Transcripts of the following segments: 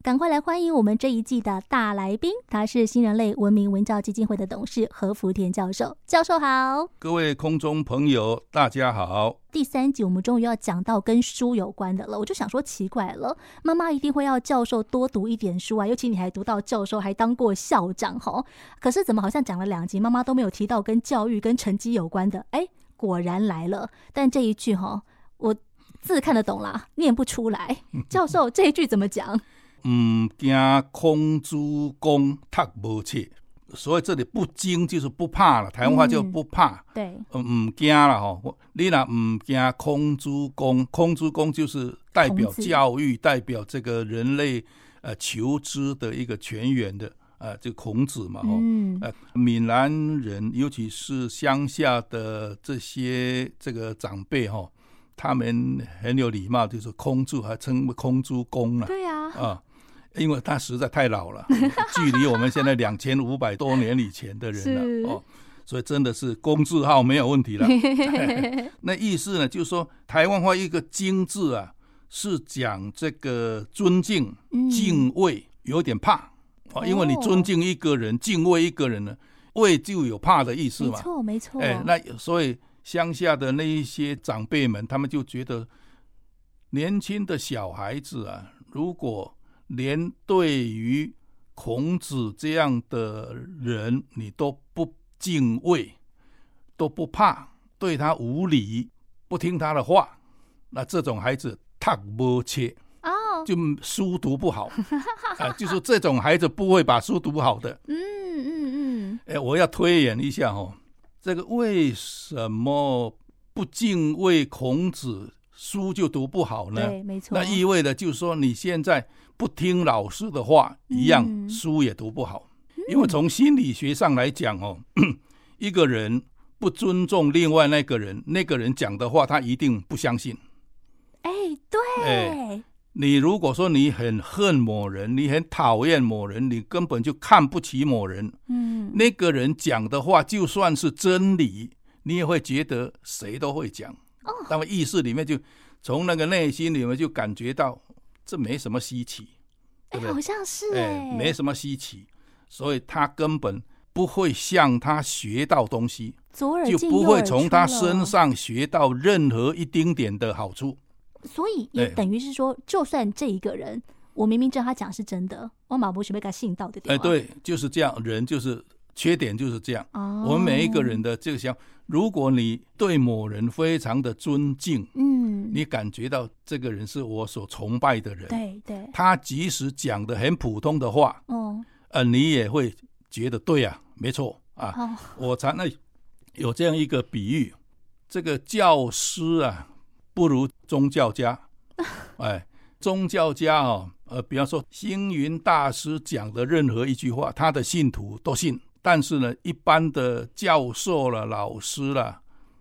赶快来欢迎我们这一季的大来宾，他是新人类文明文教基金会的董事何福田教授。教授好，各位空中朋友，大家好。第三集我们终于要讲到跟书有关的了，我就想说奇怪了，妈妈一定会要教授多读一点书啊，尤其你还读到教授，还当过校长吼。 可是怎么好像讲了两集，妈妈都没有提到跟教育、跟成绩有关的？哎，果然来了。但这一句哈，我字看得懂啦，念不出来。教授这一句怎么讲？嗯，惊孔子公读无册，所以这里不惊就是不怕了，台湾话叫不怕，对，呃唔惊了吼。我你若唔惊孔子公，孔子公就是代表孔子教育，代表这个人类呃求知的一个泉源的呃，这个孔子嘛吼。嗯，呃，闽南人，尤其是乡下的这些这个长辈哈、他们很有礼貌，就是空住，还称为空猪公了对啊，啊，因为他实在太老了， 距离我们现在两千五百多年以前的人是了哦，所以真的是公字号没有问题了。 那意思呢，就是说台湾话一个“精”字啊，是讲这个尊敬、嗯敬畏，有点怕哦啊，因为你尊敬一个人、敬畏一个人呢，畏就有怕的意思没嘛。错没错，哎，那所以乡下的那一些长辈们，他们就觉得年轻的小孩子啊，如果连对于孔子这样的人你都不敬畏，都不怕，对他无礼，不听他的话，那这种孩子踏不切。哦，就书读不好， 啊，就说这种孩子不会把书读好的，嗯嗯嗯，哎，我要推演一下哦，这个为什么不敬畏孔子，书就读不好呢？对，没错，那意味着就是说，你现在不听老师的话，一样、嗯书也读不好。因为从心理学上来讲哦， 一个人不尊重另外那个人，那个人讲的话他一定不相信。哎，对，哎你如果说你很恨某人，你很讨厌某人，你根本就看不起某人，嗯，那个人讲的话，就算是真理，你也会觉得谁都会讲。哦那么意识里面就从那个内心里面就感觉到这没什么稀奇，哎，对不好对？像是哎没什么稀奇，所以他根本不会向他学到东西，左耳就进不右会耳从出他了身上学到任何一丁点的好处。所以也对等于是说，就算这一个人，我明明知道他讲是真的，我马不是被他信到的地哎，方。，对，就是这样，人就是缺点就是这样。哦，我们每一个，人的这个想，如果你对某人非常的尊敬，嗯，你感觉到这个人是我所崇拜的人，对对，他即使讲的很普通的话，哦呃，你也会觉得对啊，没错啊。哦，我常那有这样一个比喻，这个教师啊，不如宗教家，哎，宗教家哦，呃，比方说星云大师讲的任何一句话，他的信徒都信，但是呢，一般的教授了、老师了，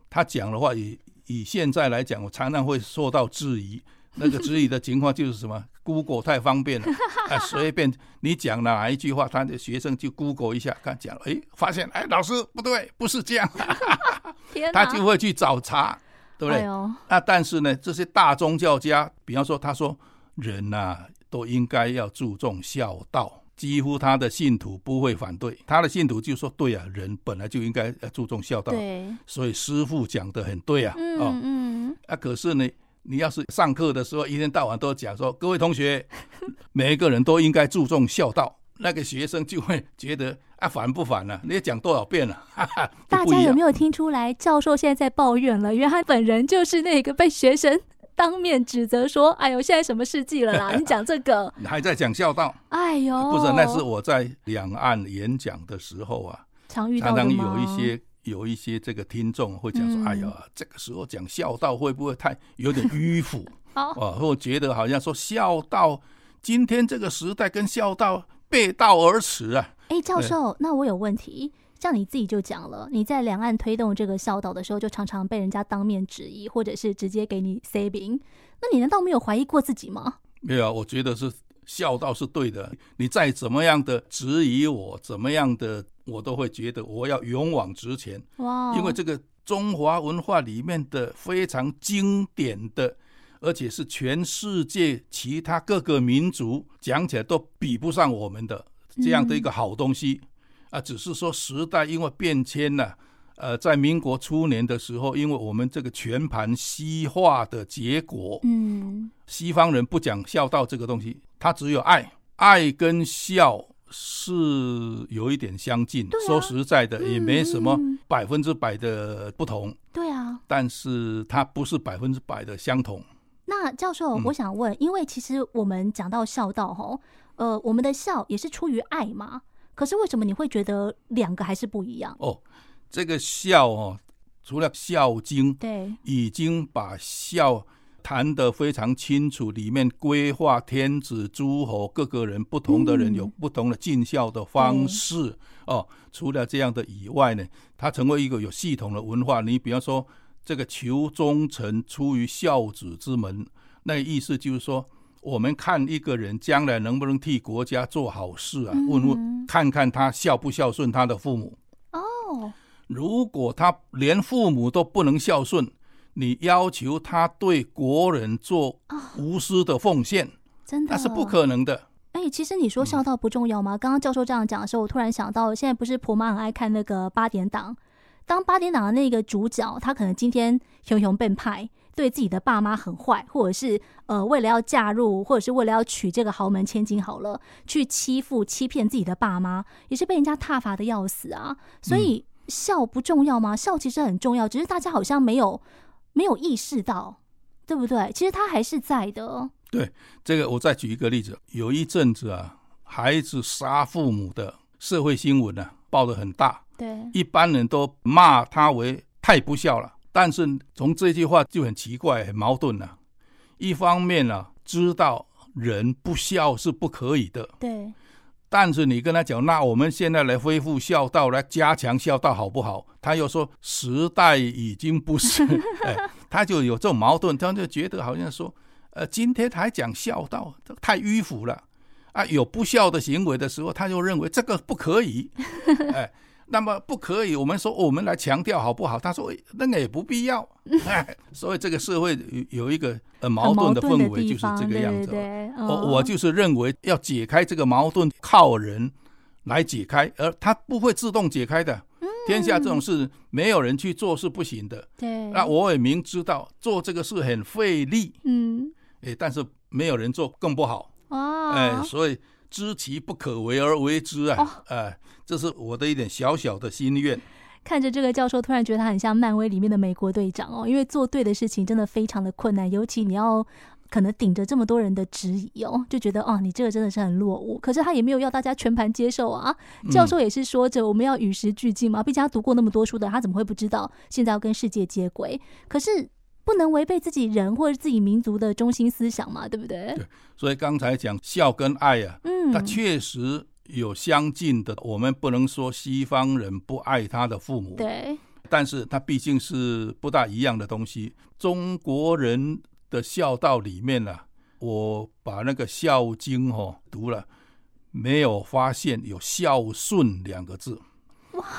他讲的话以以现在来讲，我常常会受到质疑。那个质疑的情况就是什么 ？Google 太方便了， 啊，随便你讲哪一句话，他的学生就 Google 一下，看讲，哎，发现，哎，老师不对，不是这样，天哪，他就会去找茬，对不啊哎对？呦，那但是呢，这些大宗教家，比方说他说人呐、都应该要注重孝道，几乎他的信徒不会反对，他的信徒就说对啊，人本来就应该要注重孝道，对，所以师傅讲的很对啊，嗯哦嗯，啊，可是呢，你要是上课的时候一天到晚都讲说，各位同学， 每一个人都应该注重孝道。那个学生就会觉得啊烦不烦呢、啊？你讲多少遍了、哈哈，就大不家一有样没有听出来？教授现在在抱怨了，因为他本人就是那个被学生当面指责说：“哎呦，现在什么世纪了 啦？你讲这个，还在讲孝道。哎呦， 不是，那是我在两岸演讲的时候啊，常遇到常的常吗有一些有一些这个听众会讲说：“嗯哎呀，这个时候讲孝道会不会太有点 迂腐好啊？或觉得好像说孝道，今天这个时代跟孝道背道而驰啊。哎，教对授，那我有问题。像你自己就讲了，你在两岸推动这个孝道的时候，就常常被人家当面质疑，或者是直接给你 saving。那你难道没有怀疑过自己吗？”没有啊，我觉得是孝道是对的。你再怎么样的质疑我，怎么样的，我都会觉得我要勇往直前。哇，因为这个中华文化里面的非常经典的而且是全世界其他各个民族讲起来都比不上我们的这样的一个好东西、啊。只是说时代因为变迁呢、呃，在民国初年的时候，因为我们这个全盘西化的结果，嗯，西方人不讲孝道这个东西，他只有爱，爱跟孝是有一点相近。对啊说实在的，也没什么嗯嗯百分之百的不同，对啊。但是它不是百分之百的相同。那教授嗯，我想问，因为其实我们讲到孝道，吼，呃，我们的孝也是出于爱嘛。可是为什么你会觉得两个还是不一样？哦，这个孝哦，除了《孝经》，对，已经把孝谈得非常清楚，里面规划天子、诸侯各个人不同的人嗯有不同的尽孝的方式、哦。除了这样的以外呢，它成为一个有系统的文化。你比方说，这个求忠诚出于孝子之门，那个意思就是说。我们看一个人将来能不能替国家做好事啊？问问嗯看看他孝不孝顺他的父母。哦，如果他连父母都不能孝顺，你要求他对国人做无私的奉献，真的，那是不。可能的。哎、其实你说孝道不重要吗？刚刚教授这样讲的时候，我突然想到，现在不是婆妈很爱看那个八点档，当八点档的那个主角，他可能今天熊熊变派，对自己的爸妈很坏，或者是呃为了要嫁入，或者是为了要娶这个豪门千金，好了，去欺负、欺骗自己的爸妈，也是被人家挞伐的要死啊。所以、孝不重要吗？孝其实很重要，只是大家好像没有没有意识到，对不对？其实他还是在的。这个我再举一个例子，有一阵子啊，孩子杀父母的社会新闻啊，报得很大，对，一般人都骂他为太不孝了。但是从这句话就很奇怪、很矛盾了、啊一方面啊，知道人不孝是不可以的，对，但是你跟他讲，那我们现在来恢复孝道，来加强孝道，好不好？他又说时代已经不是，哎，他就有这种矛盾，他就觉得好像说，呃，今天还讲孝道，太迂腐了啊！有不孝的行为的时候，他就认为这个不可以，哎，那么不可以，我们说我们来强调好不好？他说哎那个也不必要，哎，所以这个社会有有一个呃矛盾的氛围，地就是方这个样子。对对对我哦我嗯就是认为要解开这个矛盾，靠人来解开，而他不会自动解开的。嗯天下这种事，没有人去做是不行的。对，那啊我也明知道做这个事很费力，嗯哦诶，但是没有人做更不好，哇，哎，所以知其不可为而为之啊，哦哎，这是我的一点小小的心愿。看着这个教授，突然觉得他很像漫威里面的美国队长哦，因为做对的事情真的非常的困难，尤其你要。可能顶着这么多人的质疑哦，就觉得哦，你这个真的是很落伍。可是他也没有要大家全盘接受啊。嗯教授也是说着我们要与时俱进嘛，毕竟他读过那么多书的，他怎么会不知道现在要跟世界接轨？可是不能违背自己人或者自己民族的中心思想嘛，对不对？所以刚才讲孝跟爱啊，嗯它，确实有相近的，我们不能说西方人不爱他的父母，对，但是它毕竟是不大一样的东西。中国人的孝道里面呢、我把那个《孝经》哦读了，没有发现有孝顺两个字。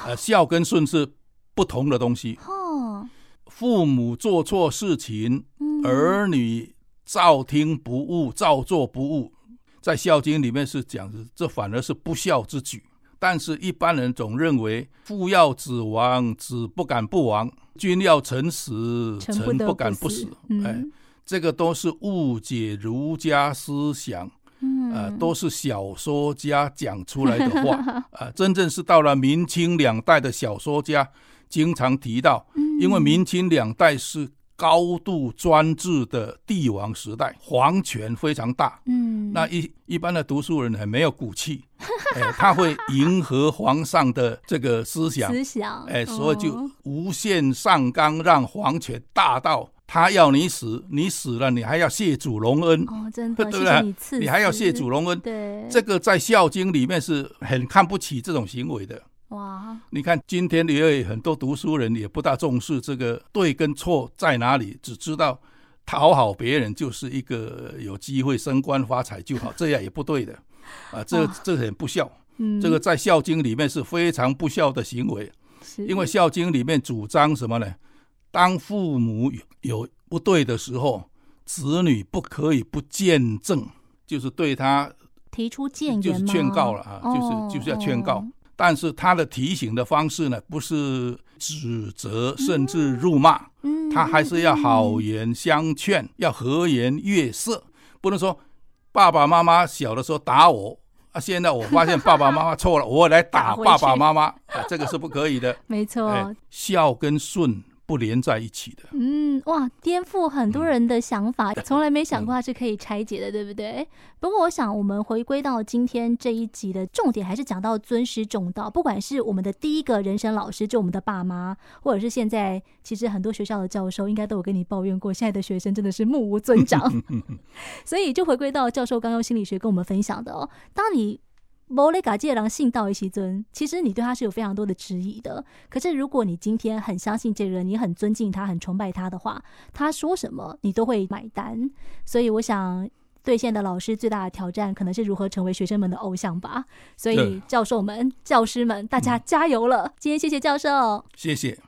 呃，孝跟顺是不同的东西。哦，父母做错事情，嗯，儿女照听不误，照做不误，在《孝经》里面是讲的，这反而是不孝之举。但是，一般人总认为“父要子亡，子不敢不亡；君要臣死，臣臣得不敢不不死”嗯、哎，这个都是误解儒家思想，嗯，呃，都是小说家讲出来的话。呃，真正是到了明清两代的小说家，经常提到嗯因为明清两代是高度专制的帝王时代，皇权非常大。嗯，那一一般的读书人很没有骨气， 哎，他会迎合皇上的这个思想，思想，哎，所以就哦无限上纲，让皇权大到他要你死，你死了你还要谢主隆恩，哦，真对的，不谢对谢你赐死，你还要谢主隆恩。对，这个在《孝经》里面是很看不起这种行为的。哇，你看，今天也有很多读书人也不大重视这个对跟错在哪里，只知道讨好别人就是一个有机会升官发财就好，这样也不 对的啊！这哇这很不孝，嗯，这个在《孝经》里面是非常不孝的行为，是因为《孝经》里面主张什么呢？当父母有有不对的时候，子女不可以不见证，就是对他提出谏就言是吗？劝告了啊，哦就是就是要劝告哦。但是他的提醒的方式呢，不是指责甚至辱骂，嗯，他还是要好嗯言相劝，要和颜悦色，不能说爸爸妈妈小的时候打我啊，现在我发现爸爸妈妈错了，我来打打回爸爸去哦妈妈啊，这个是不可以 的。没错。哎，孝跟顺不连在一起的。嗯，哇，颠覆很多人的想法，嗯从来没想过它是可以拆解的，对不对？不过，我想我们回归到今天这一集的重点，还是讲到尊师重道。不管是我们的第一个人生老师，就我们的爸妈，或者是现在其实很多学校的教授，应该都有跟你抱怨过，现在的学生真的是目无尊长。 所以，就回归到教授刚用心理学跟我们分享的哦，当你。摩雷嘎界郎信道一其尊，其实你对他是有非常多的质疑的。可是，如果你今天很相信这个人，你很尊敬他，很崇拜他的话，他说什么你都会买单。所以，我想对现在的老师最大的挑战，可能是如何成为学生们的偶像吧。所以对，教授们、教师们，大家加油了！今天谢谢教授。谢谢。